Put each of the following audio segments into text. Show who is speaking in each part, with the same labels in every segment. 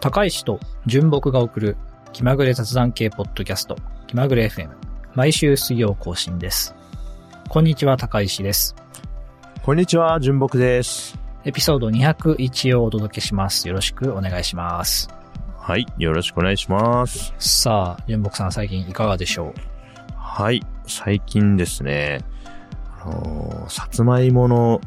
Speaker 1: 高石と純木が送る気まぐれ雑談系ポッドキャスト気まぐれ FM 毎週水曜更新ですこんにちは高石です
Speaker 2: こんにちは、純木です。
Speaker 1: エピソード201をお届けしますよろしくお願いします
Speaker 2: はい、よろしくお願いします。
Speaker 1: さあ純木さん最近いかがでしょ
Speaker 2: はい、最近ですね、あのーさつまいもの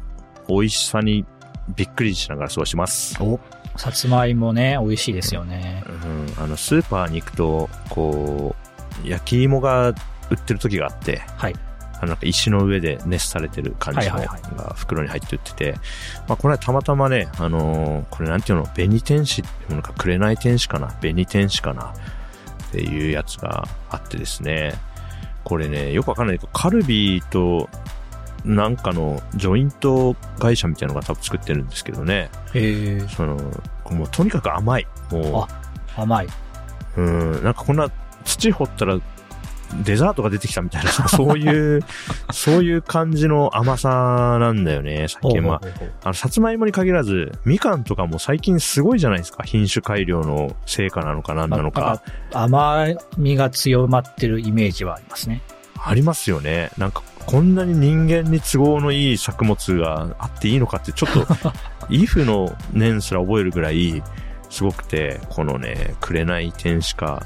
Speaker 2: 美味しさにびっくりしながら過ごしてます。
Speaker 1: うおさつまいもね美味しいですよね
Speaker 2: うん、あの、スーパーに行くと、こう、焼き芋が売ってる時があって、
Speaker 1: はい
Speaker 2: あのなんか石の上で熱されてる感じの
Speaker 1: はいはいは
Speaker 2: が袋に入って売ってて、まあ、これはたまたまね、あのーこれなんていうの、紅天使っていうのか、紅天使かな、紅天使かな、っていうやつがあってですね、これね、よくわかんないけど、カルビーと、なんかのジョイント会社みたいなのが多分作ってるんですけどね、
Speaker 1: えー、
Speaker 2: その、もうとにかく甘い。も、
Speaker 1: 甘いう
Speaker 2: うん、なんかこんな土掘ったらデザートが出てきたみたいな、そ ういう、そういう感じの甘さなんだよね、最近。まあ、
Speaker 1: ほうほうほうほう
Speaker 2: あの、さつまいもに限らず、みかんとかも最近すごいじゃないですか。品種改良の成果なのか何なの
Speaker 1: まあ
Speaker 2: か。
Speaker 1: 甘みが強まってるイメージはありますね
Speaker 2: ありますよね。なんか、こんなに人間に都合のいい作物があっていいのかって、ちょっと、 イフの年すら覚えるぐらい、すごくて、このね、紅天使か、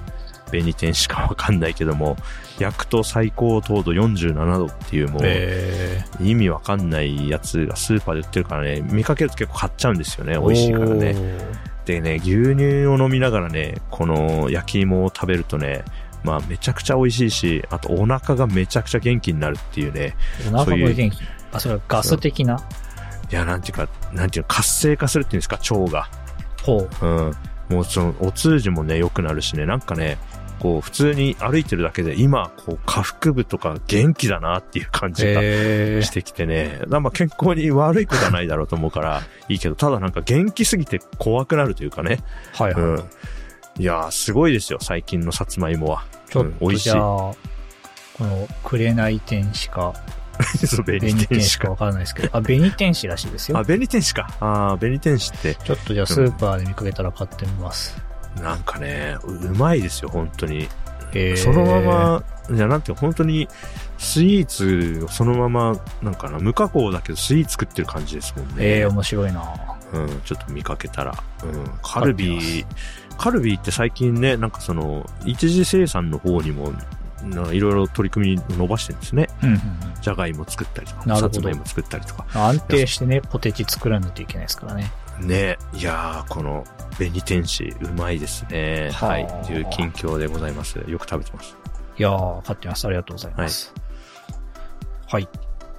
Speaker 2: 紅天使かわかんないけども、焼くと最高糖度47度っていうもう、
Speaker 1: え
Speaker 2: 意味わかんないやつがスーパーで売ってるからね、見かけると結構買っちゃうんですよね、
Speaker 1: ー
Speaker 2: 美味しいからね。
Speaker 1: おー
Speaker 2: でね、牛乳を飲みながらね、この焼き芋を食べるとね、まあめちゃくちゃ美味しいし、あとお腹がめちゃくちゃ元気になるっていうね、
Speaker 1: お腹
Speaker 2: そうい
Speaker 1: も
Speaker 2: う
Speaker 1: 元気。あ、それはガス的ない
Speaker 2: や、なんていうか、なんていうの、活性化するっていうんですか、腸が。
Speaker 1: ほう。
Speaker 2: うん。もうその、お通じもね、良くなるしね、なんかね、こう、普通に歩いてるだけで、今、こう、下腹部とか元気だなっていう感じが
Speaker 1: え
Speaker 2: してきてね、だからまあ健康に悪いことはないだろうと思うから、いいけど、ただなんか元気すぎて怖くなるというかね、
Speaker 1: はいうはい。
Speaker 2: ん。いやー、すごいですよ、最近のさつまいも は。
Speaker 1: ちょ
Speaker 2: う
Speaker 1: っ
Speaker 2: ん美
Speaker 1: と
Speaker 2: 味し
Speaker 1: じ
Speaker 2: い
Speaker 1: ゃあ、この、くれない天使か、
Speaker 2: そう、紅
Speaker 1: 紅
Speaker 2: 天
Speaker 1: 天
Speaker 2: 使
Speaker 1: 使か
Speaker 2: か。
Speaker 1: わからないですけど、あ、紅天使らしいです
Speaker 2: あ、
Speaker 1: よ。
Speaker 2: 紅天使か。あー紅天使って、
Speaker 1: ちょっとじゃあスーパーで見かけたら買ってみます。
Speaker 2: なんかね、ううまいですよ、本当に。
Speaker 1: えー
Speaker 2: そのまま、じゃなくて、本当に、スイーツをそのまま、なんかな、無加工だけど、スイーツ作ってる感じですもんね。
Speaker 1: ええ、面白いな
Speaker 2: うん、ちょっと見かけたら。うん、カルビー、カルビーって最近ね、なんかその、一次生産の方にも、なんかいろいろ取り組み伸ばしてるんですね。
Speaker 1: うんうんうん。
Speaker 2: じゃがいも作ったりとか、
Speaker 1: なるほど
Speaker 2: さつまいも作ったりとか。
Speaker 1: 安定してね、ポテチ作らないといけないですからね。
Speaker 2: ねいやー、この、紅天使、うまいですね。
Speaker 1: はあ
Speaker 2: はい。という近況でございます。よく食べてます。
Speaker 1: いやー、買ってます。ありがとうございます。はい。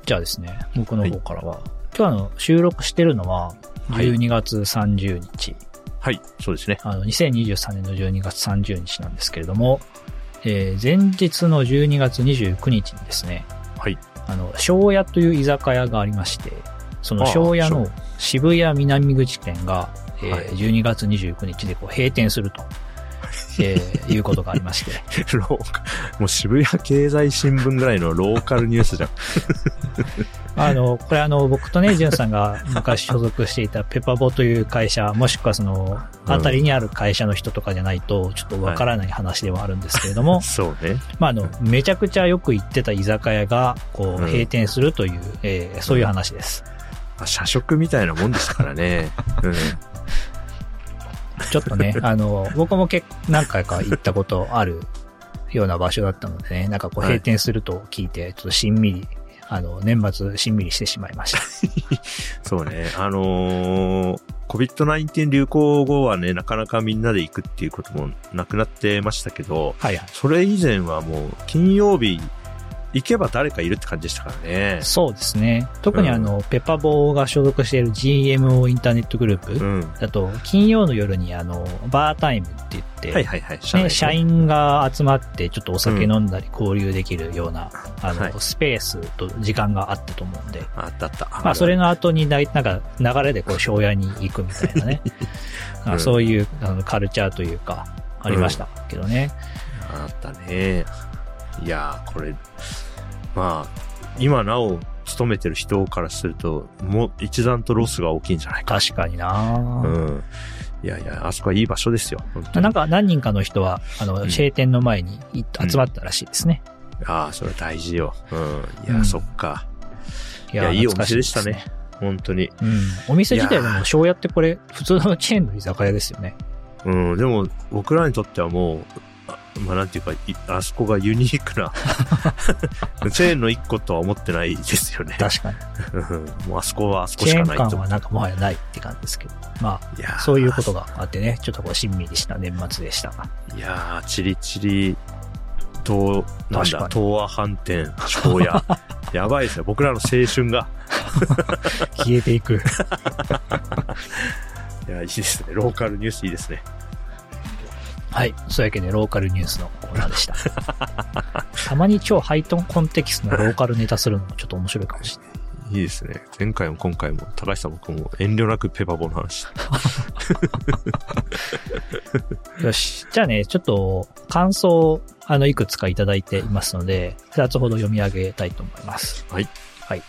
Speaker 1: じゃあですね、僕の方からは、今日あの、収録してるのは、
Speaker 2: はい
Speaker 1: 12月30日。
Speaker 2: はい、そうですね。
Speaker 1: あの、2023年の12月30日なんですけれども、えー前日の12月29日にですね、
Speaker 2: はい。
Speaker 1: あの、庄屋という居酒屋がありまして、その
Speaker 2: ああ
Speaker 1: 庄屋の
Speaker 2: 庄
Speaker 1: 渋谷南口店が、えー
Speaker 2: はい
Speaker 1: 12月29日でこう閉店すると、え ーいうことがありまして、
Speaker 2: ローカもう渋谷経済新聞ぐらいのローカルニュー スじゃん。
Speaker 1: あの、これあの、僕とね、ジュンさんが昔所属していたペパボという会社、もしくはその、
Speaker 2: うん
Speaker 1: あたりにある会社の人とかじゃないと、ちょっとわからない話ではあるんですけれ ども、
Speaker 2: そうね。
Speaker 1: まあ、あの、めちゃくちゃよく行ってた居酒屋が、こう、
Speaker 2: うん
Speaker 1: 閉店するという、えーそういう話です。
Speaker 2: まあ社食みたいなもんですか らね。うん。
Speaker 1: ちょっと ね、あの、僕も結何回か行ったことあるような場所だったのでね、なんかこう、
Speaker 2: はい
Speaker 1: 閉店すると聞いて、ちょっとしんみり、あの、年末しんみりしてしまい ました。
Speaker 2: そうね。あのー、COVID-19 流行後はね、なかなかみんなで行くっていうこともなくなってましたけど、
Speaker 1: はいはい。
Speaker 2: それ以前はもう金曜日行けば誰かいるって感じでしたからね。
Speaker 1: そうですね。特にあの、ペパボーが所属している GMO インターネットグループ
Speaker 2: うん。
Speaker 1: だと、金曜の夜にあの、バータイムって言って、
Speaker 2: はいはいはい。
Speaker 1: ね、社員が集まってちょっとお酒
Speaker 2: うん
Speaker 1: 飲んだり交流できるような、あの、
Speaker 2: はい
Speaker 1: スペースと時間があったと思うんで、
Speaker 2: あったあった。
Speaker 1: まあそれの後にな、なんか流れでこう、庄屋に行くみたいな ね、
Speaker 2: うん
Speaker 1: あそういうあのカルチャーというか、ありましたけどね。
Speaker 2: あったね。いやー、これ、まあ、今なお勤めてる人からすると、もう一段とロスが大きいんじゃないか。
Speaker 1: 確かにな、
Speaker 2: うん。いやいや、あそこはいい場所ですよ。本当に
Speaker 1: なんか何人かの人は、あの、
Speaker 2: うん
Speaker 1: 閉店の前にい
Speaker 2: うん
Speaker 1: 集まったらしいですね。
Speaker 2: ああ、それ大事よ。うん。いや、
Speaker 1: うん
Speaker 2: そっか。
Speaker 1: い
Speaker 2: いやいいお店
Speaker 1: 懐か
Speaker 2: でしたね
Speaker 1: ですね。
Speaker 2: 本当に。
Speaker 1: うん。お店自体で
Speaker 2: いや
Speaker 1: も、
Speaker 2: ー
Speaker 1: 庄屋ってこれ、普通のチェーンの居酒屋ですよね。
Speaker 2: うん。でも、僕らにとってはもう、あまあ、なんていうか、いあそこがユニーク な、チェーンの一個とは思ってないですよね。
Speaker 1: 確かに。
Speaker 2: うんもうあそこはあそこ
Speaker 1: チェ
Speaker 2: しか
Speaker 1: ーン
Speaker 2: ない
Speaker 1: 感
Speaker 2: と。
Speaker 1: はなんかもはやないって感じですけど。ま
Speaker 2: いや
Speaker 1: あ、
Speaker 2: ー
Speaker 1: そういうことがあってね、ちょっとこう、しんみりした年末でした。
Speaker 2: いやー、チリチリ、東、なん
Speaker 1: 確かに
Speaker 2: だ、東亜飯店、庄 屋。やばいですよ。僕らの青春が。
Speaker 1: 消えていく。
Speaker 2: いや、いいですね。ローカルニュースいいですね。
Speaker 1: はい。そういうわけで、ローカルニュースのコーナーでした。たまに超ハイトンコンテキストのローカルネタするのもちょっと面白いかもしれない。
Speaker 2: いいですね。前回も今回も、高橋さん僕も遠慮なくペパボの話。
Speaker 1: よし。じゃあね、ちょっと感想をあのいくつかいただいていますので、2つほど読み上げたいと思います。
Speaker 2: はい。
Speaker 1: はい。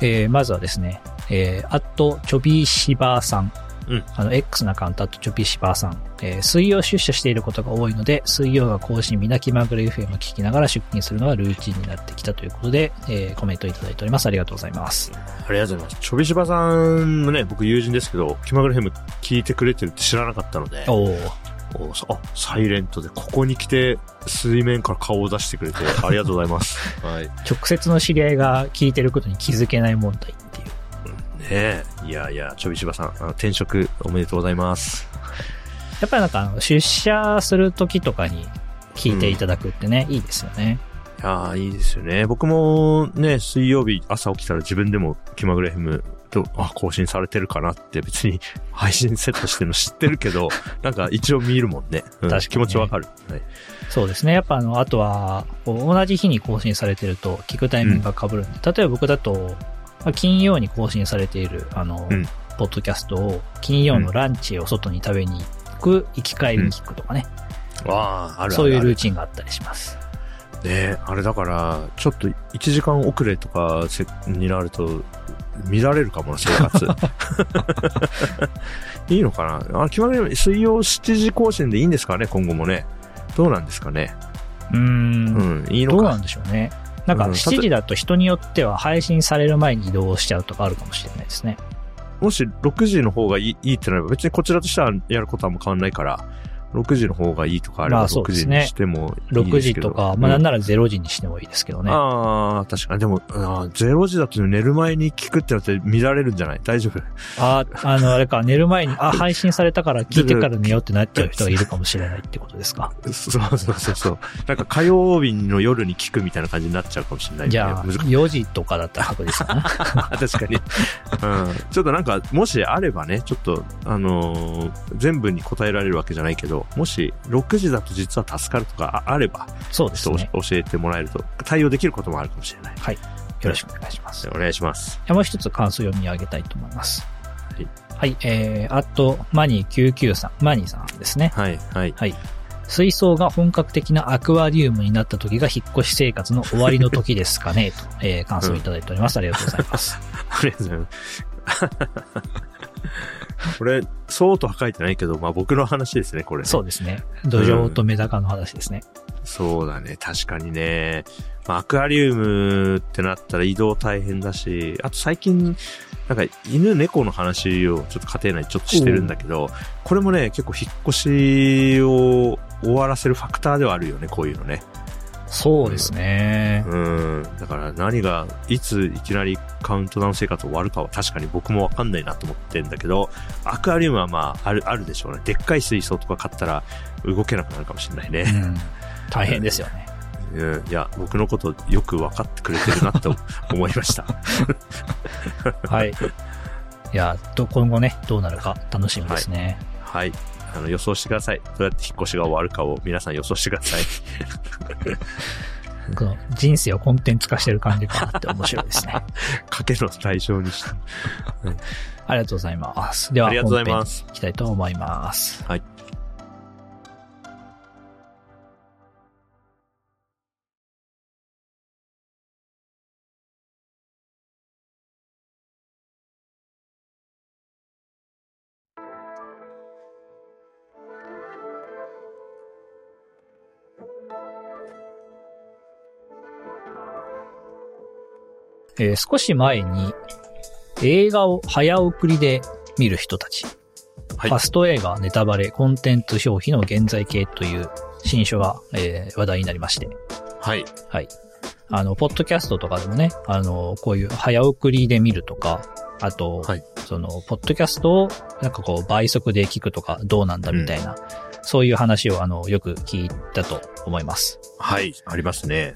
Speaker 1: えー、まずはですね、えー、あと、ちょびしばさん。
Speaker 2: うん
Speaker 1: あの、X のアカウント、あと、ちょびしばさん。えー、水曜出社していることが多いので、水曜が更新、みなきまぐれ FM を聞きながら出勤するのがルーチンになってきたということで、えー、コメントいただいております。ありがとうございます。
Speaker 2: ありがとうございます。ちょびしばさんもね、僕友人ですけど、気まぐれヘム聞いてくれてるって知らなかったので、
Speaker 1: おー。
Speaker 2: おそあ、サイレントで、ここに来て、水面から顔を出してく れて、ありがとうございます。はい。ね
Speaker 1: 直接の知り合いが聞いてることに気づけない問題っていう。
Speaker 2: え。いやいや、ちょびしばさん、あの転職おめでとうございます。
Speaker 1: やっぱりなんかあの、出社する時とかに聞いていただくってね、いいですよね。
Speaker 2: いやーいいですよね。僕もね、水曜日朝起きたら自分でも気まぐれ FM と、あ、更新されてるかなって別に 配信セットしてるの知ってるけど、 なんか一応見るもんね。う
Speaker 1: 確か
Speaker 2: ん
Speaker 1: にね
Speaker 2: 気持ちわかる。はい
Speaker 1: そうですね。やっぱあの、あとは、こう同じ日に更新されてると聞くタイミングが被るんで、例えば僕だと、まあ金曜に更新されている、あの、
Speaker 2: うん
Speaker 1: ポッドキャストを、金曜のランチを外に食べに行く、行き帰りに聞くとかね、
Speaker 2: わあ、あるあるある。
Speaker 1: そういうルーチンがあったりします。
Speaker 2: ねあれだから、ちょっと1時間遅れとかせになると、見られるかもな、生 活。いいのかなあ決まり水曜7時更新でいいんですかね、今後もね。どうなんですかね。
Speaker 1: うー、
Speaker 2: うんん、いいの
Speaker 1: どう
Speaker 2: か
Speaker 1: なんでしょうね。なんか
Speaker 2: うん
Speaker 1: 7時だと人によっては配信される前に移動しちゃうとかあるかもしれないですね。
Speaker 2: もし6時の方がいいいいってなれば、別にこちらとしてはやることはもう変わんないから、6時の方がいいとかあれ
Speaker 1: ま
Speaker 2: ば、
Speaker 1: あそう
Speaker 2: 6
Speaker 1: です
Speaker 2: 時
Speaker 1: ね
Speaker 2: にしてもいい
Speaker 1: 6
Speaker 2: です
Speaker 1: 時
Speaker 2: けど。
Speaker 1: とか、まあなんな
Speaker 2: だ
Speaker 1: ら0時にしてもいいですけどね。
Speaker 2: ああ、確かに。でも、あー0時だと寝る前に聞くってなって見られるんじゃない大丈夫
Speaker 1: あ、あ の、あれか、寝る前に、あ、配信されたから聞いてから寝ようってなっちゃう人がいるかもしれないってことですか。
Speaker 2: そうそうそうそう。 なんか火曜日の夜に聞くみたいな感じになっちゃうかもしれない、ね。
Speaker 1: じゃあ、
Speaker 2: 難しい。
Speaker 1: 4時とかだったら確実 かな。
Speaker 2: 確かに。うん。ちょっとなんか、もしあればね、ちょっと、あのー全部に答えられるわけじゃないけど、もし6時だと実は助かるとかああれば、
Speaker 1: そうで
Speaker 2: ち
Speaker 1: す
Speaker 2: ょっ
Speaker 1: ね。
Speaker 2: と教えてもらえると、対応できることもあるかもしれない。
Speaker 1: よろしくお願いします。
Speaker 2: お願いします。
Speaker 1: もう一つ感想を読み上げたいと思います。
Speaker 2: い
Speaker 1: はい、えー、あと、マニー99さん、マニーさんですね。
Speaker 2: はい、はい。
Speaker 1: はい。水槽が本格的なアクアリウムになった時が引っ越し生活の終わりの時ですかね、と、えー、感想をいただいております。ありがとうございます。
Speaker 2: ありがとうございます。これ、そうとは書いてないけど、まあ僕の話ですね、これね、
Speaker 1: そうですね。土壌とメダカの話ですね。
Speaker 2: そうだね、確かにね。まあ、アクアリウムってなったら移動大変だし、あと最近、なんか犬猫の話をちょっと家庭内でちょっとしてるんだけど、これもね、結構引っ越しを終わらせるファクターではあるよね、こういうのね。
Speaker 1: そうですね。
Speaker 2: うん。だから何が、いついきなりカウントダウン生活終わるかは確かに僕もわかんないなと思ってんだけど、アクアリウムはまあ、ある、あるでしょうね。でっかい水槽とか買ったら動けなくなるかもしれないね。
Speaker 1: うん大変ですよ ね。
Speaker 2: うん、いや、僕のことよく分かってくれてるな と思いました。
Speaker 1: はい。いや、ど今後ね、どうなるか楽しみですね。
Speaker 2: はい。あの、予想してください。どうやって引っ越しが終わるかを皆さん予想してください。
Speaker 1: この人生をコンテンツ化してる感じかなって面白い ですね。
Speaker 2: 賭けの対象にして。
Speaker 1: ありがとうございます。では、。
Speaker 2: ありがとうございます
Speaker 1: 行きたいと思います。
Speaker 2: はい。
Speaker 1: えー少し前に映画を早送りで見る人たち、
Speaker 2: はい
Speaker 1: ファスト映画、ネタバレ、コンテンツ表記の現在形という新書が、えー話題になりまして、
Speaker 2: はい。
Speaker 1: はい。あの、ポッドキャストとかでもね、あの、こういう早送りで見るとか、あと、
Speaker 2: はい
Speaker 1: その、ポッドキャストをなんかこう倍速で聞くとかどうなんだみたいな、そういう話をあの、よく聞いたと思います。
Speaker 2: はい。ありますね。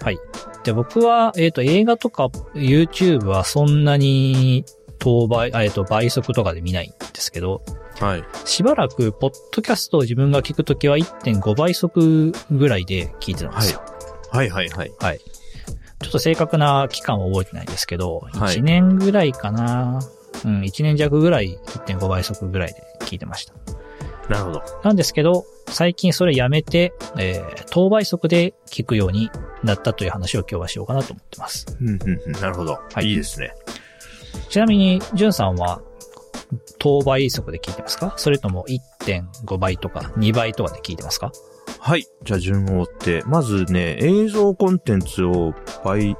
Speaker 1: で、僕は、えっ、と、映画とか YouTube はそんなに、当倍、あえっ、と、倍速とかで見ないんですけど、
Speaker 2: はい。
Speaker 1: しばらく、ポッドキャストを自分が聞くときは1.5倍速ぐらいで聞いてたんですよ。
Speaker 2: はいはいはい。
Speaker 1: ちょっと正確な期間は覚えてないですけど、
Speaker 2: はい
Speaker 1: 1年ぐらいかな、うん、1年弱ぐらい1.5倍速ぐらいで聞いてました。
Speaker 2: なるほど。
Speaker 1: なんですけど、最近それやめて、えー、当倍速で聞くようになったという話を今日はしようかなと思ってます。
Speaker 2: うんうんうん。なるほど。
Speaker 1: はい
Speaker 2: いいですね。
Speaker 1: ちなみに、じゅんさんは、当倍速で聞いてますかそれとも1.5倍とか2倍とかで聞いてますか
Speaker 2: はい。じゃあ順を追って。まずね、映像コンテンツを倍、あ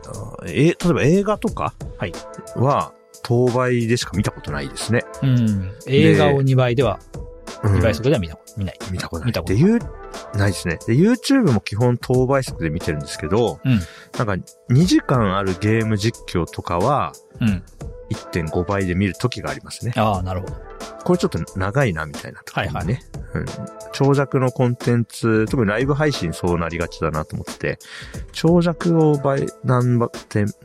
Speaker 2: え、例えば映画とか
Speaker 1: はい
Speaker 2: は、当倍でしか見たことないですね。
Speaker 1: うん。映画を2倍では、
Speaker 2: うん
Speaker 1: 2倍速では見た、見ない。
Speaker 2: 見たことない。
Speaker 1: 見たこと
Speaker 2: で、
Speaker 1: ない。
Speaker 2: ゆうないですね。で、YouTube も基本当倍速で見てるんですけど、
Speaker 1: うん
Speaker 2: なんか2時間あるゲーム実況とかは
Speaker 1: うん。
Speaker 2: 1.5倍で見る時がありますね。
Speaker 1: ああ、なるほど。
Speaker 2: これちょっと長いなみたいなところ
Speaker 1: はい
Speaker 2: ね。うん。長尺のコンテンツ、特にライブ配信そうなりがちだなと思ってて、長尺を倍、何倍、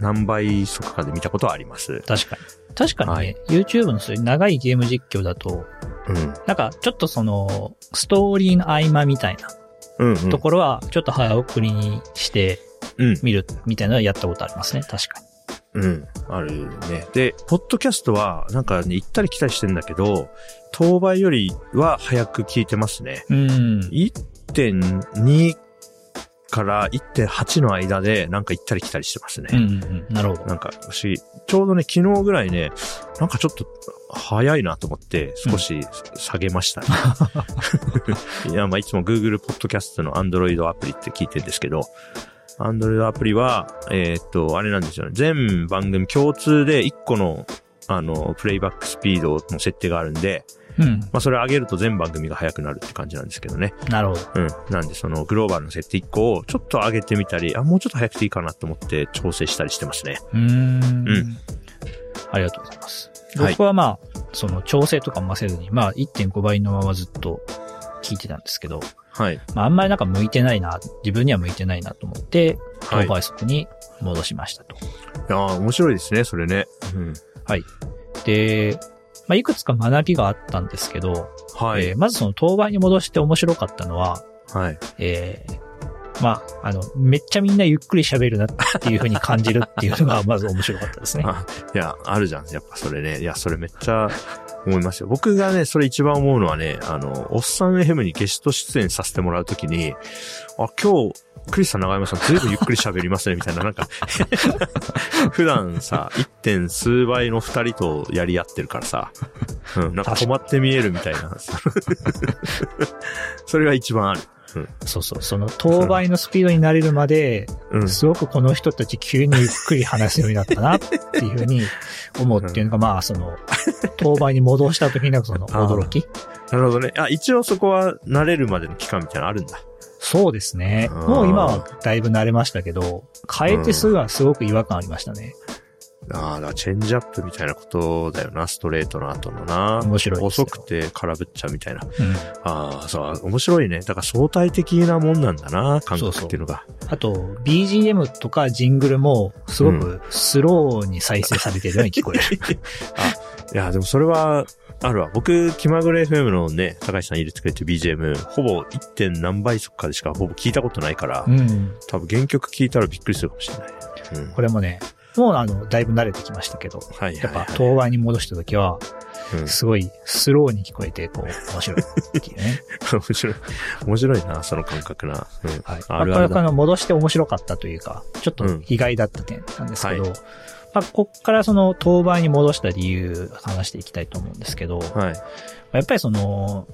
Speaker 2: 何倍速かで見たことはあります。
Speaker 1: 確かに。確かにね、
Speaker 2: はい
Speaker 1: YouTube のそういう長いゲーム実況だと、
Speaker 2: うん。
Speaker 1: なんかちょっとその、ストーリーの合間みたいな
Speaker 2: うん、うん。
Speaker 1: ところは、ちょっと早送りにして
Speaker 2: うん。
Speaker 1: 見るみたいなのはやったことありますね。確かに。
Speaker 2: うん。あるね。で、ポッドキャストは、なんかね、行ったり来たりしてんだけど、当倍よりは早く聞いてますね。
Speaker 1: うん。
Speaker 2: 1.2から1.8の間で、なんか行ったり来たりしてますね。
Speaker 1: うんうんうん。なるほど。
Speaker 2: なんか、私、ちょうどね、昨日ぐらいね、なんかちょっと、早いなと思って、少し下げま したね。いや、まあ、いつも Google Podcast の Android アプリって聞いてるんですけど、Android アプリは、えーっと、あれなんですよね。全番組共通で1個の、あの、プレイバックスピードの設定があるんで、
Speaker 1: うん。
Speaker 2: まあ、それ上げると全番組が早くなるって感じなんですけどね。
Speaker 1: なるほど。
Speaker 2: うん。なんで、その、グローバルの設定1個をちょっと上げてみたり、あ、もうちょっと早くていいかなと思って調整したりしてますね。
Speaker 1: うー
Speaker 2: うん
Speaker 1: ん。ありがとうございます。
Speaker 2: はい
Speaker 1: 僕はまあ、その調整とかもせずに、まあ1.5倍のままずっと聞いてたんですけど、
Speaker 2: はい。
Speaker 1: まああんまりなんか向いてないな、自分には向いてないなと思って、
Speaker 2: は
Speaker 1: 当
Speaker 2: い
Speaker 1: 倍速に戻しましたと。
Speaker 2: いやー面白いですね、それね。うん。
Speaker 1: で、まあいくつか学びがあったんですけど、
Speaker 2: はい。
Speaker 1: えーまずその当倍に戻して面白かったのは、
Speaker 2: はい。
Speaker 1: えーまあ、あの、めっちゃみんなゆっくり喋るなっていう風に感じるっていうの が、まず面白かったですね。
Speaker 2: あ、いや、あるじゃん。やっぱそれね。いや、それめっちゃ思いますよ。僕がね、それ一番思うのはね、あの、おっさん FM にゲスト出演させてもらうときに、あ、今日、クリスさん、長山さん、ずいぶんゆっくり喋りますね、みたいな、なんか、 普段さ、1. 点数倍の2人とやり合ってるからさ、うん、なんか止まって見えるみたいな。 それが一番ある。
Speaker 1: そうそう、その当倍のスピードになれるまで、
Speaker 2: うん。
Speaker 1: すごくこの人たち急にゆっくり話すようになったなっていうふうに思うっていうのが、まあ、そ の、当倍に戻した時のその
Speaker 2: あー
Speaker 1: 驚き。
Speaker 2: なるほどね。あ、一応そこは慣れるまでの期間みたいなのあるんだ。
Speaker 1: そうですね。
Speaker 2: あー
Speaker 1: もう今はだいぶ慣れましたけど、変えてすぐはすごく違和感ありましたね。
Speaker 2: ああ、だからチェンジアップみたいなことだよな、ストレートの後のな。
Speaker 1: 面白いです
Speaker 2: 遅
Speaker 1: よ
Speaker 2: くて空振っちゃうみたいな。
Speaker 1: うん。
Speaker 2: ああ、そう、面白いね。だから相対的なもんなんだな、感
Speaker 1: そう
Speaker 2: 覚
Speaker 1: そう
Speaker 2: っていうのが。
Speaker 1: あと、BGM とかジングルも、すごくスローに再生されてるように聞こえ る。
Speaker 2: いや、でもそれは、あるわ。僕、気まぐれ FM のね、高橋さん入れてくれてる BGM、ほぼ 1. 点何倍速かでしかほぼ聞いたことないから、
Speaker 1: うん。
Speaker 2: 多分原曲聞いたらびっくりするかもしれない。うん。
Speaker 1: これもね、もうあの、だいぶ慣れてきましたけど、
Speaker 2: はい
Speaker 1: や
Speaker 2: は
Speaker 1: っ
Speaker 2: い、は
Speaker 1: ぱ
Speaker 2: い。
Speaker 1: 当倍に戻した時は、
Speaker 2: うん
Speaker 1: すごいスローに聞こえて、こう、面白いっていう ね。
Speaker 2: 面白い。面白いな、その感覚な。うん。
Speaker 1: はい。
Speaker 2: ある
Speaker 1: なかな
Speaker 2: あるだ
Speaker 1: かあの戻して面白かったというか、ちょっと
Speaker 2: うん
Speaker 1: 意外だった点なんですけど、
Speaker 2: はい
Speaker 1: まあ、こっからその当倍に戻した理由、話していきたいと思うんですけど、
Speaker 2: はい。
Speaker 1: やっぱりその、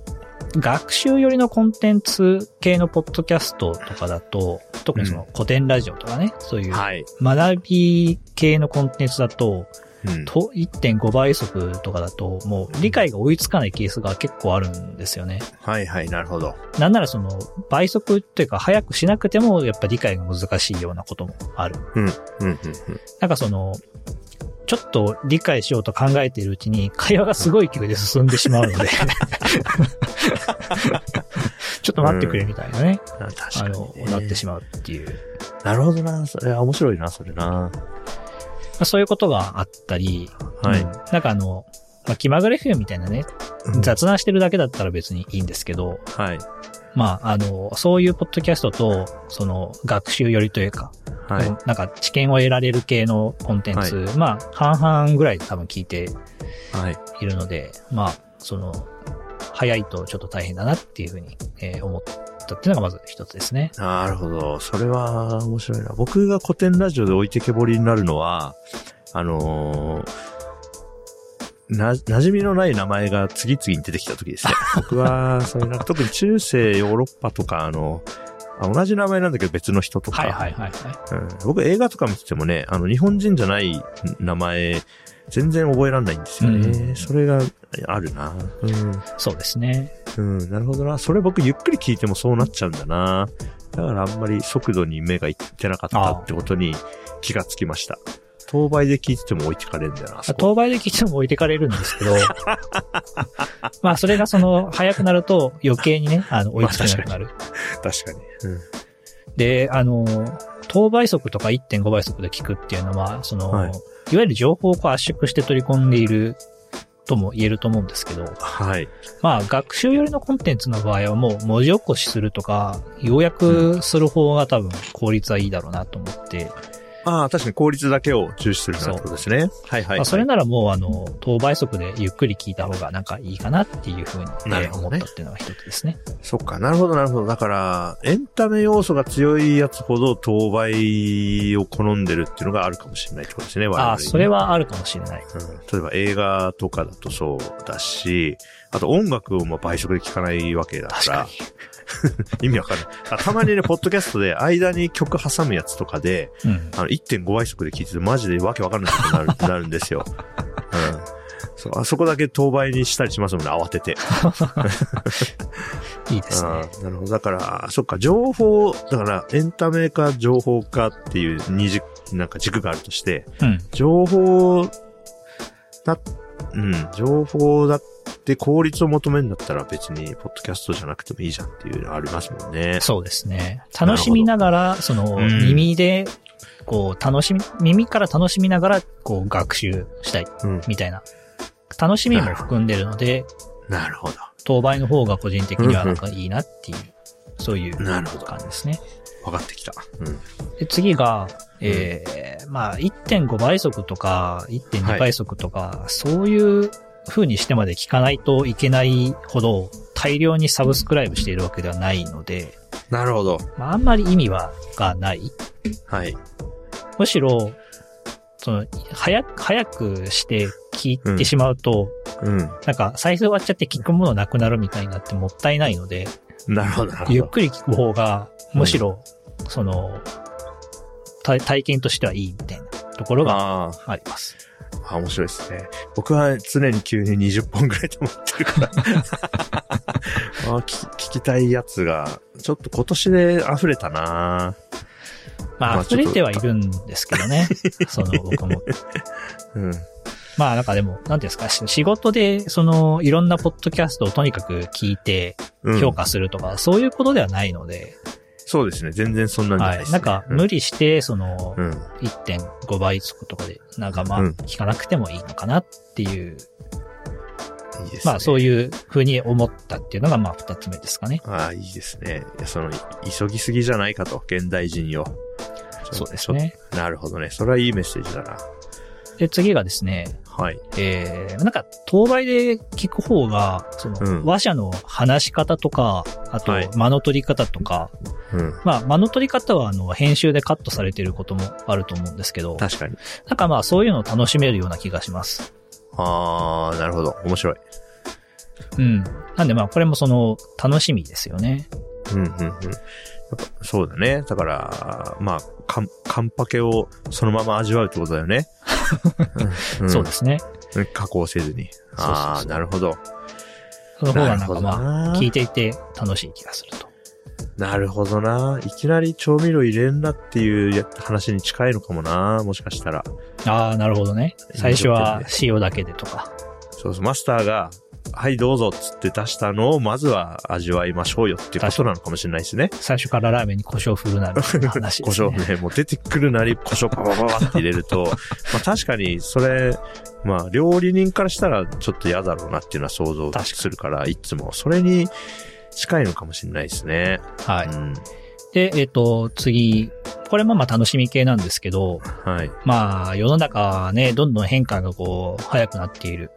Speaker 1: 学習寄りのコンテンツ系のポッドキャストとかだと、特にその古典ラジオとかね、そういう
Speaker 2: はい。
Speaker 1: 学び系のコンテンツだと、
Speaker 2: うん。
Speaker 1: と1.5倍速とかだと、もう理解が追いつかないケースが結構あるんですよね。
Speaker 2: はいはい、なるほど。
Speaker 1: なんならその倍速というか早くしなくてもやっぱ理解が難しいようなこともある。
Speaker 2: うん、うん、
Speaker 1: なんかその、ちょっと理解しようと考えているうちに会話がすごい勢いで進んでしまうので、ちょっと待ってくれみたいなね、
Speaker 2: うん。確
Speaker 1: あ
Speaker 2: か
Speaker 1: の
Speaker 2: に、ね。、
Speaker 1: なってしまうっていう、
Speaker 2: なるほどな。それは面白いな、それな。
Speaker 1: まあ、そういうことがあったり、
Speaker 2: はい。
Speaker 1: うんなんかあの、まあ、気まぐれ FM みたいなね、雑談してるだけだったら別にいいんですけど、
Speaker 2: はい。
Speaker 1: まあ、あの、そういうポッドキャストと、その、学習寄りというか、
Speaker 2: はい。
Speaker 1: なんか知見を得られる系のコンテンツ、まあ、半々ぐらい多分聞いて
Speaker 2: はい。
Speaker 1: いるので、まあ、その、早いとちょっと大変だなっていうふうに、えー思ったっていうのがまず一つですね。
Speaker 2: なるほど。それは面白いな。僕が古典ラジオで置いてけぼりになるのは、あのーな、馴染みのない名前が次々に出てきた時 ですね。僕は、そういうなんか特に中世ヨーロッパとか、あの、あ同じ名前なんだけど別の人とか、
Speaker 1: はいはいはいは
Speaker 2: うん僕映画とか見ててもね、あの日本人じゃない名前、全然覚えられないんですよね。
Speaker 1: うん
Speaker 2: それがあるな。うん
Speaker 1: い。そうですね。
Speaker 2: うん、なるほどな。それ僕ゆっくり聞いてもそうなっちゃうんだな。だからあんまり速度に目がいってなかったってことに気がつきました。当倍で聞いてても置いてかれるんだよな。あそこ
Speaker 1: 当倍で聞いても置いてかれるんです けど、まあそれがその、早くなると余計にね、あの、追いつけなくなる。
Speaker 2: 確かに。
Speaker 1: で、あの、等倍速とか1.5倍速で聞くっていうのは、その、
Speaker 2: はい
Speaker 1: い、わゆる情報をこう圧縮して取り込んでいるとも言えると思うんですけど、
Speaker 2: はい。
Speaker 1: まあ、学習寄りのコンテンツの場合はもう文字起こしするとか、要約する方が多分効率はいいだろうなと思って、
Speaker 2: ああ、確かに効率だけを重視するなってことですね。はいはい、
Speaker 1: まあ、それならもう、あの、等倍速でゆっくり聞いた方がなんかいいかなっていうふうに、
Speaker 2: なる
Speaker 1: ね、
Speaker 2: ほ
Speaker 1: 思
Speaker 2: ど
Speaker 1: った
Speaker 2: ね
Speaker 1: っていうのが一つですね。
Speaker 2: そっか、なるほどなるほど。だから、エンタメ要素が強いやつほど当倍を好んでるっていうのがあるかもしれないってことですね、我々
Speaker 1: ああ、
Speaker 2: にね
Speaker 1: それはあるかもしれない。
Speaker 2: うん例えば映画とかだとそうだし、あと音楽をもう倍速で聞かないわけだ
Speaker 1: 確
Speaker 2: か、
Speaker 1: から
Speaker 2: 意味わかんないあ。たまにね、ポッドキャストで間に曲挟むやつとかで、
Speaker 1: に。うん。
Speaker 2: あの、1.5倍速で聞いててマジでわけわかんないことになるなるんですよ。うん。そう、あそこだけ当倍にしたりしますもんね、慌てて。
Speaker 1: いいですね。
Speaker 2: あーなるほど。だから、そっか、情報、だから、エンタメか情報かっていう二軸、なんか軸があるとして、
Speaker 1: うん。
Speaker 2: 情報だ、うん、情報だって効率を求めるんだったら別に、ポッドキャストじゃなくてもいいじゃんっていうのありますもんね。
Speaker 1: そうですね。
Speaker 2: なるほど
Speaker 1: 楽しみながら、その、
Speaker 2: うん
Speaker 1: 耳で、こう、楽しみ、耳から楽しみながら、こう、学習したい、
Speaker 2: うん。
Speaker 1: みたいな。楽しみも含んでるので、
Speaker 2: なるほど。
Speaker 1: 当倍の方が個人的にはなんかいいなっていう、そういう
Speaker 2: なるほど
Speaker 1: 感じですね。
Speaker 2: 分かってきた。うん。
Speaker 1: で、次が、えー、まあ、1.5倍速とか、
Speaker 2: は
Speaker 1: 1.2
Speaker 2: い
Speaker 1: 倍速とか、そういう風にしてまで聞かないといけないほど、大量にサブスクライブしているわけではないので、
Speaker 2: なるほど。
Speaker 1: まあ、あんまり意味は、がない。
Speaker 2: はい。
Speaker 1: むしろ、その、早く、早くして聞いてしまうと、
Speaker 2: うん。
Speaker 1: なんか、再生終わっちゃって聞くものなくなるみたいになってもったいないので、
Speaker 2: なるほど、なるほ
Speaker 1: ゆっ
Speaker 2: ど。
Speaker 1: くり聞く方が、むしろ、その、体体験としてはいいみたいなところが
Speaker 2: あー
Speaker 1: あります。
Speaker 2: あ、面白いですね。僕は常に急に20本ぐらい溜まって るから。あー聞き聞きたいやつが、ちょっと今年で溢れたな
Speaker 1: ま
Speaker 2: ま
Speaker 1: あ、
Speaker 2: あち
Speaker 1: 溢
Speaker 2: ょっと
Speaker 1: れてはいるんですけど ね。その、僕も。
Speaker 2: うん。
Speaker 1: まあ、なんかでも、なんていうんですか、し仕事で、その、いろんなポッドキャストをとにかく聞いて、
Speaker 2: うん、
Speaker 1: 評価するとか、そういうことではないので、
Speaker 2: そうですね。全然そんなんじゃない
Speaker 1: は
Speaker 2: で
Speaker 1: い。
Speaker 2: す、
Speaker 1: な
Speaker 2: ね
Speaker 1: んか、
Speaker 2: うん
Speaker 1: 無理して、その、
Speaker 2: うん。
Speaker 1: 1.5倍速とかで、なんかまあ、
Speaker 2: うん
Speaker 1: 聞かなくてもいいのかなっていう、
Speaker 2: いいですね。
Speaker 1: まあそう
Speaker 2: う。
Speaker 1: いうふうに思ったっていうのがまあ二つ目ですかね。
Speaker 2: ああ、いいですね。いやその、い急ぎすぎじゃないかと、現代人よ。ちょ
Speaker 1: そうです。ね。
Speaker 2: ちょなるほどね。それはいいメッセージだな。
Speaker 1: で、次がですね、
Speaker 2: はい。
Speaker 1: えー、なんか、当倍で聞く方が、その、
Speaker 2: うん
Speaker 1: 話者の話し方とか、あと
Speaker 2: はい、
Speaker 1: 間の取り方とか、
Speaker 2: うん。
Speaker 1: まあ、間の取り方は、あの、編集でカットされてることもあると思うんですけど、
Speaker 2: 確かに。
Speaker 1: なんかまあ、そういうのを楽しめるような気がします。
Speaker 2: ああ、なるほど。面白い。
Speaker 1: うん。なんでまあこれもその楽しみですよね。
Speaker 2: うんうんうん。やっぱそうだね。だから、まあ、カン、カンパケをそのまま味わうってことだ よね。ん
Speaker 1: そうですね。
Speaker 2: 加工せずに。
Speaker 1: そうそうそう
Speaker 2: ああ、なるほど。
Speaker 1: その方がなんか
Speaker 2: なるほど
Speaker 1: まあ
Speaker 2: な
Speaker 1: 聞いていて楽しい気がすると。
Speaker 2: なるほどな。いきなり調味料入れんなっていうや話に近いのかもな。もしかしたら。
Speaker 1: ああ、なるほどね。最初は
Speaker 2: 飲食
Speaker 1: 塩だけでとか。
Speaker 2: そうそう、マスターが、はい、どうぞっつって出したのを、まずは味わいましょうよっていうことなのかもしれないですね。
Speaker 1: 最初からラーメンに胡椒振るなみたいな話
Speaker 2: 胡
Speaker 1: です
Speaker 2: 椒
Speaker 1: ね。
Speaker 2: ね、もう出てくるなり胡椒パパパパって入れると、まあ確かにそれ、まあ料理人からしたらちょっと嫌だろうなっていうのは想像するから、いつもそれに近いのかもしれないですね。
Speaker 1: はい。
Speaker 2: うん。
Speaker 1: で、えっ、と、次。これもまあ楽しみ系なんですけど、
Speaker 2: はい。
Speaker 1: まあ世の中はね、どんどん変化がこう、早くなっている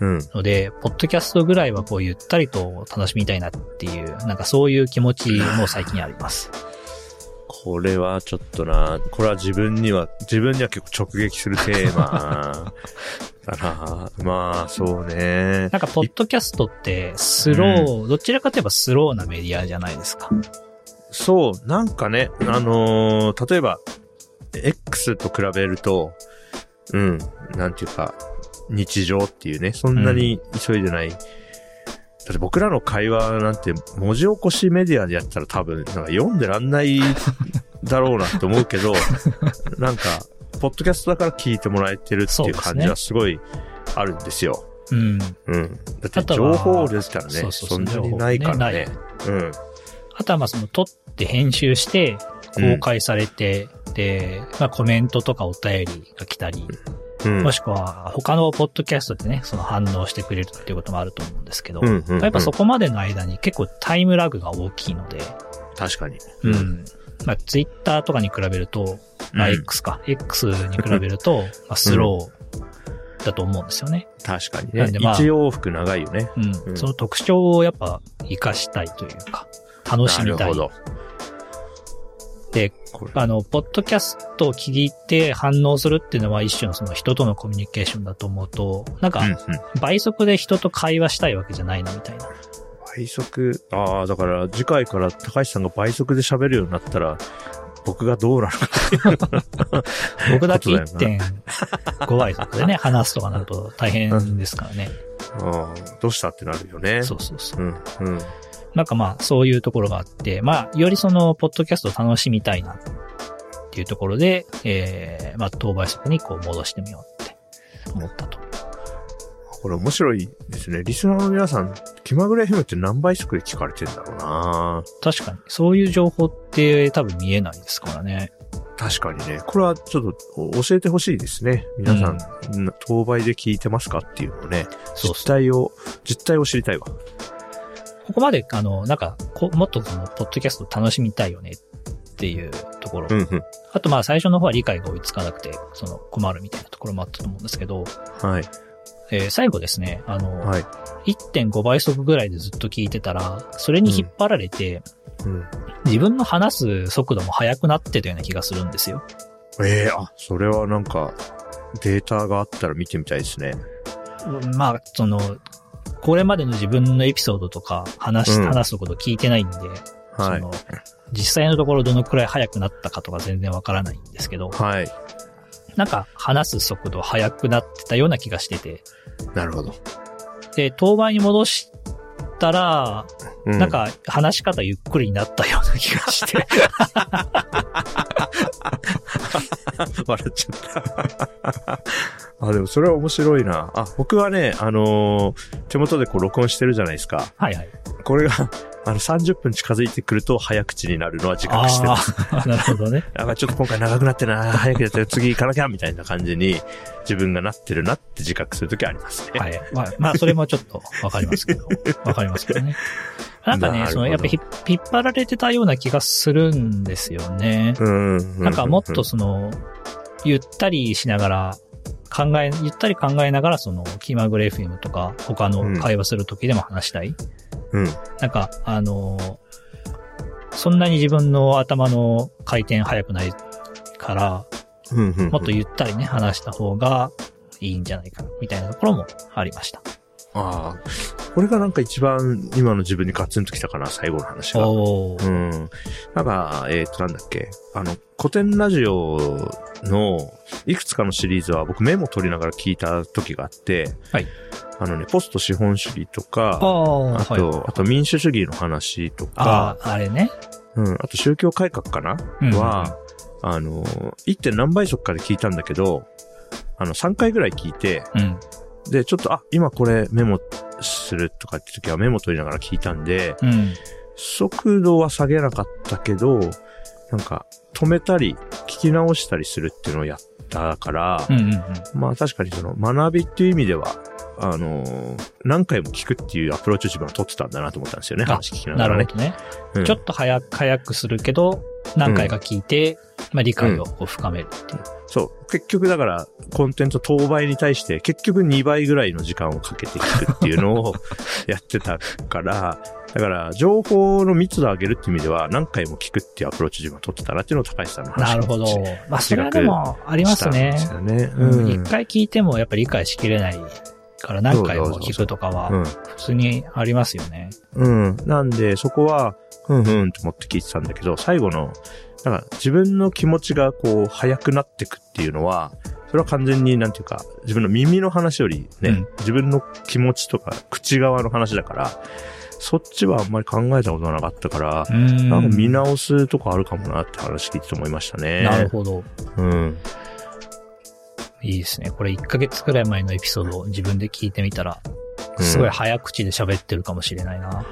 Speaker 2: うん。
Speaker 1: ので、ポッドキャストぐらいはこう、ゆったりと楽しみたいなっていう、なんかそういう気持ちも最近あります。
Speaker 2: これはちょっとな、これは自分には、自分には結構直撃するテーマだな。まあそう
Speaker 1: な
Speaker 2: ね。
Speaker 1: んか、ポッドキャストって、スロー、どちらかといえばスローなメディアじゃないですか。
Speaker 2: そう、なんかね、あのー例えば、X と比べると、うん、なんていうか、日常っていうね、そんなに急いでない。だって僕らの会話なんて文字起こしメディアでやったら多分、なんか読んでらんない だろうなって思うけど、なんか、ポッドキャストだから聞いてもらえてるっていう感じはすごいあるんですよ。
Speaker 1: うん。
Speaker 2: うん。だ
Speaker 1: あ
Speaker 2: って
Speaker 1: とは
Speaker 2: 情報量ですからね。
Speaker 1: そうそうそ
Speaker 2: そ
Speaker 1: うん
Speaker 2: なにないからね
Speaker 1: 情。
Speaker 2: うん。
Speaker 1: あとは、まあ、その、撮って編集して、公開されて、で、まあ、コメントとかお便りが来たり、
Speaker 2: うん
Speaker 1: も。しくは、他のポッドキャストでね、その反応してくれるっていうこともあると思うんですけど、
Speaker 2: うんうんうん
Speaker 1: やっぱそこまでの間に結構タイムラグが大きいので、
Speaker 2: 確かに。
Speaker 1: うん。まあ、ツイッターとかに比べると、まあ、
Speaker 2: うん
Speaker 1: X か、X に比べる と、まあ、スローだと思うんですよね。
Speaker 2: 確かに
Speaker 1: な
Speaker 2: ね
Speaker 1: んで。まあ
Speaker 2: 一往復長いよね。
Speaker 1: うん。
Speaker 2: うん
Speaker 1: その特徴をやっぱ、活かしたいというか、楽し
Speaker 2: な
Speaker 1: み
Speaker 2: る
Speaker 1: たい
Speaker 2: ほ。ど。
Speaker 1: で、
Speaker 2: これ
Speaker 1: あの、ポッドキャストを聞いて反応するっていうのは一種のその人とのコミュニケーションだと思うと、なんか
Speaker 2: うん、うん。
Speaker 1: 倍速で人と会話したいわけじゃないな、みたいな。
Speaker 2: 倍速。ああ、だから次回から高橋さんが倍速で喋るようになったら、僕がどうなるか。
Speaker 1: 僕だけ
Speaker 2: そうだよ
Speaker 1: 1.5倍速 でね、話すとかなると大変ですからね。
Speaker 2: あーどうしたってなるよね。
Speaker 1: そうそうそう。
Speaker 2: う。ん、うん。
Speaker 1: なんかまあ、そういうところがあって、まあ、よりその、ポッドキャストを楽しみたいなっていうところで、えー、まあ、当倍速にこう戻してみようって思ったと。
Speaker 2: これ面白いですね。リスナーの皆さん、気まぐれ FM って何倍速で聞かれてんだろうな。
Speaker 1: 確かに、そういう情報って多分見えないですからね。
Speaker 2: 確かにね。これはちょっと教えてほしいですね。皆さん、な当倍で聞いてますかっていうのをね。
Speaker 1: そうそ
Speaker 2: 実
Speaker 1: う。
Speaker 2: 態を、実態を知りたいわ。
Speaker 1: ここまで、あの、なんか、こもっとその、ポッドキャスト楽しみたいよねっていうところ。
Speaker 2: うん、うん。
Speaker 1: あとまあ、最初の方は理解が追いつかなくて、その、困るみたいなところもあったと思うんですけど、
Speaker 2: はい。
Speaker 1: えー最後ですね、あの、
Speaker 2: はい。
Speaker 1: 1.5倍速ぐらいでずっと聞いてたら、それに引っ張られて、
Speaker 2: うん。
Speaker 1: 自分の話す速度も速くなってたような気がするんですよ。
Speaker 2: ええあ、それはなんか、データがあったら見てみたいですね。
Speaker 1: まあ、その、これまでの自分のエピソードとか話し、
Speaker 2: うん
Speaker 1: 話すこと聞いてないんで、
Speaker 2: は
Speaker 1: そ
Speaker 2: い。
Speaker 1: の、実際のところどのくらい速くなったかとか全然わからないんですけど、
Speaker 2: はい。
Speaker 1: なんか話す速度速くなってたような気がしてて、
Speaker 2: なるほど。
Speaker 1: で、当倍に戻したら、
Speaker 2: う
Speaker 1: なん、か話し方ゆっくりになったような気が して、
Speaker 2: 笑っちゃった。 あ、でもそれは面白いな。あ、僕はね、あのー手元でこう録音してるじゃないですか。
Speaker 1: はいはい。
Speaker 2: これが、あの、30分近づいてくると早口になるのは自覚してます。
Speaker 1: あー なるほどね。
Speaker 2: なんかちょっと今回長くなってるな、早くやったら次行かなきゃ、みたいな感じに自分がなってるなって自覚するときありますね。
Speaker 1: はい。まあ、まあ、それもちょっとわかります けど、わかりますけどね。なんか
Speaker 2: なる
Speaker 1: ね、
Speaker 2: ほど
Speaker 1: その、やっぱひ引っ張られてたような気がするんですよね。
Speaker 2: うんうんうん。
Speaker 1: なんかもっとその、ゆったりしながら、考え、ゆったり考えながら、その、気まぐれ FM とか、他の会話するときでも話したい。
Speaker 2: うん。
Speaker 1: なんか、あの、そんなに自分の頭の回転速くないから、
Speaker 2: うんうん うん。
Speaker 1: もっとゆったりね、話した方がいいんじゃないかな、みたいなところもありました。
Speaker 2: ああ、これがなんか一番今の自分にガツンときたかな、最後の話が。
Speaker 1: お
Speaker 2: う
Speaker 1: ー。
Speaker 2: ん。なんか、えっ、と、なんだっけ。あの、古典ラジオのいくつかのシリーズは僕メモ取りながら聞いた時があって、
Speaker 1: はい。
Speaker 2: あのね、ポスト資本主義と
Speaker 1: あ
Speaker 2: か、
Speaker 1: あ
Speaker 2: あ
Speaker 1: はい。
Speaker 2: と、あと民主主義の話と
Speaker 1: あ
Speaker 2: か、
Speaker 1: あ、あれね。
Speaker 2: うん、あと宗教改革かな、
Speaker 1: うん
Speaker 2: は、あの、1. 点何倍速かで聞いたんだけど、あの、3回ぐらい聞いて、
Speaker 1: うん。
Speaker 2: で、ちょっと、あ、今これメモするとかって時はメモ取りながら聞いたんで、
Speaker 1: うん。
Speaker 2: 速度は下げなかったけど、なんか、止めたり、聞き直したりするっていうのをやったから、
Speaker 1: うんうんうん。
Speaker 2: まあ確かにその、学びっていう意味では、あのー何回も聞くっていうアプローチを自分は取ってたんだなと思ったんですよね、
Speaker 1: あ
Speaker 2: 話聞きな
Speaker 1: な
Speaker 2: がら
Speaker 1: る
Speaker 2: ね。
Speaker 1: ほどね。
Speaker 2: うん
Speaker 1: ちょっと早く、早くするけど、何回か聞いて、まあ理解をこう深めるっていう。
Speaker 2: そう。結局だから、コンテンツ当倍に対して、結局2倍ぐらいの時間をかけて聞くっていうの をやってたから、だから、情報の密度を上げるっていう意味では、何回も聞くっていうアプローチを自分は取ってたなっていうのを高橋さんの話
Speaker 1: なるほど
Speaker 2: し。
Speaker 1: まあそれはでもありますね。
Speaker 2: したんですよね。
Speaker 1: う
Speaker 2: うんん。
Speaker 1: 一回聞いてもやっぱり理解しきれないから何回も聞くとか
Speaker 2: うん
Speaker 1: は普通にありますよね。
Speaker 2: うん。なんで、そこは、ふんふんと思って聞いてたんだけど、最後の、なんか自分の気持ちがこう、速くなってくっていうのは、それは完全になんていうか、自分の耳の話よりね、
Speaker 1: うん
Speaker 2: 自分の気持ちとか、口側の話だから、そっちはあんまり考えたことなかったから、
Speaker 1: うん
Speaker 2: なんか見直すとこあるかもなって話聞いてて思いましたね。
Speaker 1: なるほど。
Speaker 2: ど。うん。
Speaker 1: いいですね。これ1ヶ月くらい前のエピソードを自分で聞いてみたら、すごい早口で喋ってるかもしれないな。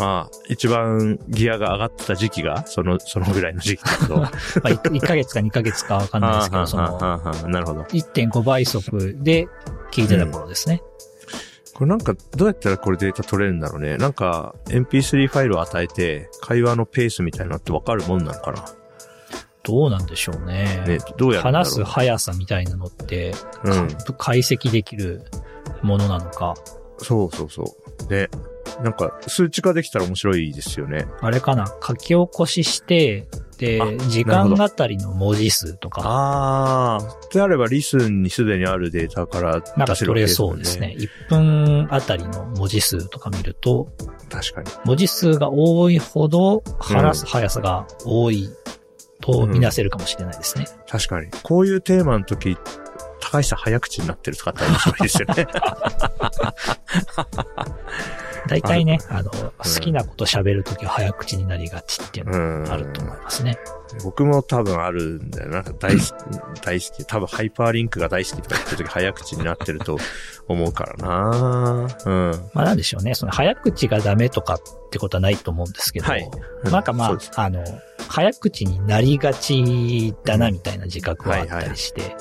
Speaker 2: ああ、一番ギアが上がってた時期が、その、そのぐらいの時期だ けど。
Speaker 1: まあ、1, ヶ月か2ヶ月かわかんないですけ ど、そ
Speaker 2: あ
Speaker 1: の、
Speaker 2: あああああなるほど。
Speaker 1: 1.5倍速で聞いてた頃ですね。
Speaker 2: これなんか、どうやったらこれデータ取れるんだろうね。なんか、MP3 ファイルを与えて、会話のペースみたいなのってわかるもんなのか
Speaker 1: どうなんでしょうね。
Speaker 2: な。ね、どうやるんだろう。
Speaker 1: 話す速さみたいなのって、
Speaker 2: うん。
Speaker 1: 解析できるものなのか。
Speaker 2: そうそうそう。ね。なんか、数値化できたら面白いですよね。
Speaker 1: あれかな、書き起こしして、で
Speaker 2: あ、
Speaker 1: 時
Speaker 2: なる
Speaker 1: 間
Speaker 2: ほど
Speaker 1: あたりの文字数とか、
Speaker 2: あー。であれば、リスンにすでにあるデータから
Speaker 1: なんか
Speaker 2: 出せるわ
Speaker 1: 取
Speaker 2: け
Speaker 1: れ
Speaker 2: ですも
Speaker 1: そ
Speaker 2: ん
Speaker 1: うですね。1分あたりの文字数とか見ると、
Speaker 2: 確かに。
Speaker 1: 文字数が多いほど話す速さが多いと見なせるかもしれないですね。
Speaker 2: 確かに。こういうテーマの時、高橋さん早口になってるとかって面白いですよね。
Speaker 1: 大体ね、あの、好
Speaker 2: うん
Speaker 1: きなこと喋るときは早口になりがちっていうの
Speaker 2: うん。
Speaker 1: があると思いますね。
Speaker 2: 僕も多分あるんだよな。大好き、大好き。多分ハイパーリンクが大好きとか言った時早口になってると思うからなうん。
Speaker 1: まあなんでしょうね、その早口がダメとかってことはないと思うんですけど、
Speaker 2: はい
Speaker 1: なんかま
Speaker 2: そ
Speaker 1: あ
Speaker 2: うです、
Speaker 1: あの、早口になりがちだなみたいな自覚はあったりして、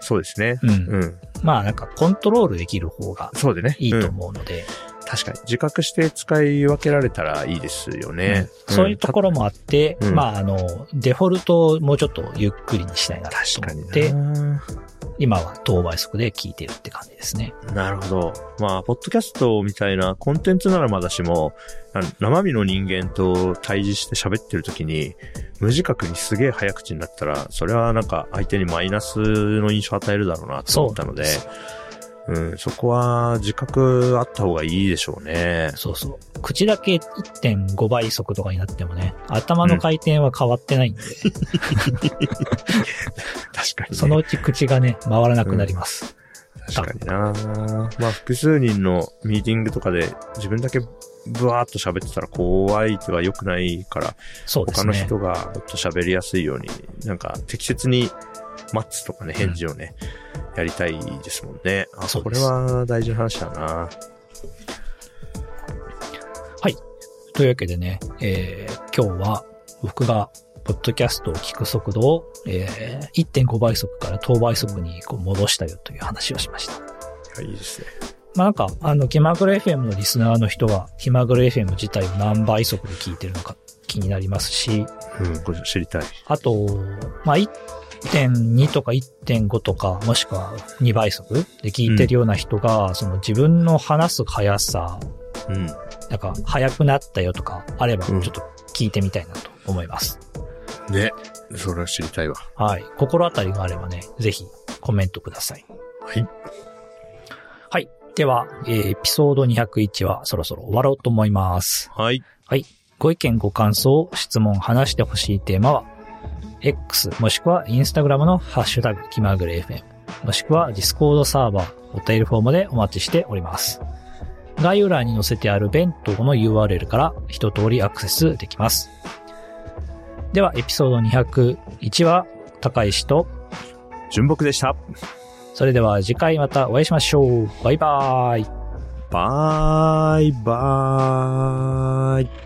Speaker 2: そうですね。
Speaker 1: うん。
Speaker 2: うん。
Speaker 1: まあなんかコントロールできる方が
Speaker 2: そうでね。
Speaker 1: いいと
Speaker 2: うん
Speaker 1: 思うので、
Speaker 2: 確かに。自覚して使い分けられたらいいですよね。
Speaker 1: うんそういうところ
Speaker 2: も。
Speaker 1: もあって、
Speaker 2: うん
Speaker 1: まああの、デフォルトをもうちょっとゆっくりにしたいなと
Speaker 2: 確か
Speaker 1: 思
Speaker 2: に
Speaker 1: って、
Speaker 2: な
Speaker 1: 今は等倍速で聞いてるって感じですね。
Speaker 2: なるほど。まあ、ポッドキャストみたいなコンテンツならまだしも、あの生身の人間と対峙して喋ってる時に、無自覚にすげえ早口になったら、それはなんか相手にマイナスの印象を与えるだろうなと思ったので、
Speaker 1: そう
Speaker 2: うん、そこは自覚あった方がいいでしょうね。
Speaker 1: そうそう。口だけ1.5倍速とかになってもね、頭の回転は変わってないんで、
Speaker 2: 確 かに、ね。
Speaker 1: そのうち口がね、回らなくなります。
Speaker 2: 確かになまあ、複数人のミーティングとかで自分だけブワーっと喋ってたら怖いとは良くないから、
Speaker 1: そうで
Speaker 2: 他
Speaker 1: す
Speaker 2: の
Speaker 1: ね。
Speaker 2: 人がもっと喋りやすいように、なんか適切に待つとかね、返事をね、やりたいですもんね。あ、
Speaker 1: そう
Speaker 2: こ
Speaker 1: で
Speaker 2: れ
Speaker 1: す
Speaker 2: は大事な話だな。
Speaker 1: というわけでね、えー今日は僕がポッドキャストを聞く速度を、えー1.5倍速から等倍速にこう戻したよという話をしました。
Speaker 2: いやいいですね。
Speaker 1: まあなんか、あの、気まぐれ FM のリスナーの人は、気まぐれ FM 自体を何倍速で聞いてるのか気になりますし、
Speaker 2: うん、これ知りたい。
Speaker 1: あと、まあ、1.2とか1.5とか、もしくは2倍速で聞いてるような人が、その自分の話す速さ、
Speaker 2: うん。
Speaker 1: なんか、速くなったよとか、あれば、ち
Speaker 2: う
Speaker 1: ょ
Speaker 2: ん
Speaker 1: っと聞いてみたいなと思います。
Speaker 2: ね。それは知りたいわ。
Speaker 1: はい。心当たりがあればね、ぜひコメントください。
Speaker 2: はい。
Speaker 1: はい。では、えーエピソード201はそろそろ終わろうと思います。
Speaker 2: はい。
Speaker 1: ご意見、ご感想、質問、話してほしいテーマは、X もしくは Instagram のハッシュタグ気まぐれ FM、もしくは Discord サーバー、お便りフォームでお待ちしております。概要欄に載せてある弁当の URL から一通りアクセスできます。では、エピソード201は、高石と、
Speaker 2: 純木でした。
Speaker 1: それでは次回またお会いしましょう。バイバーイ。
Speaker 2: バイバーイ。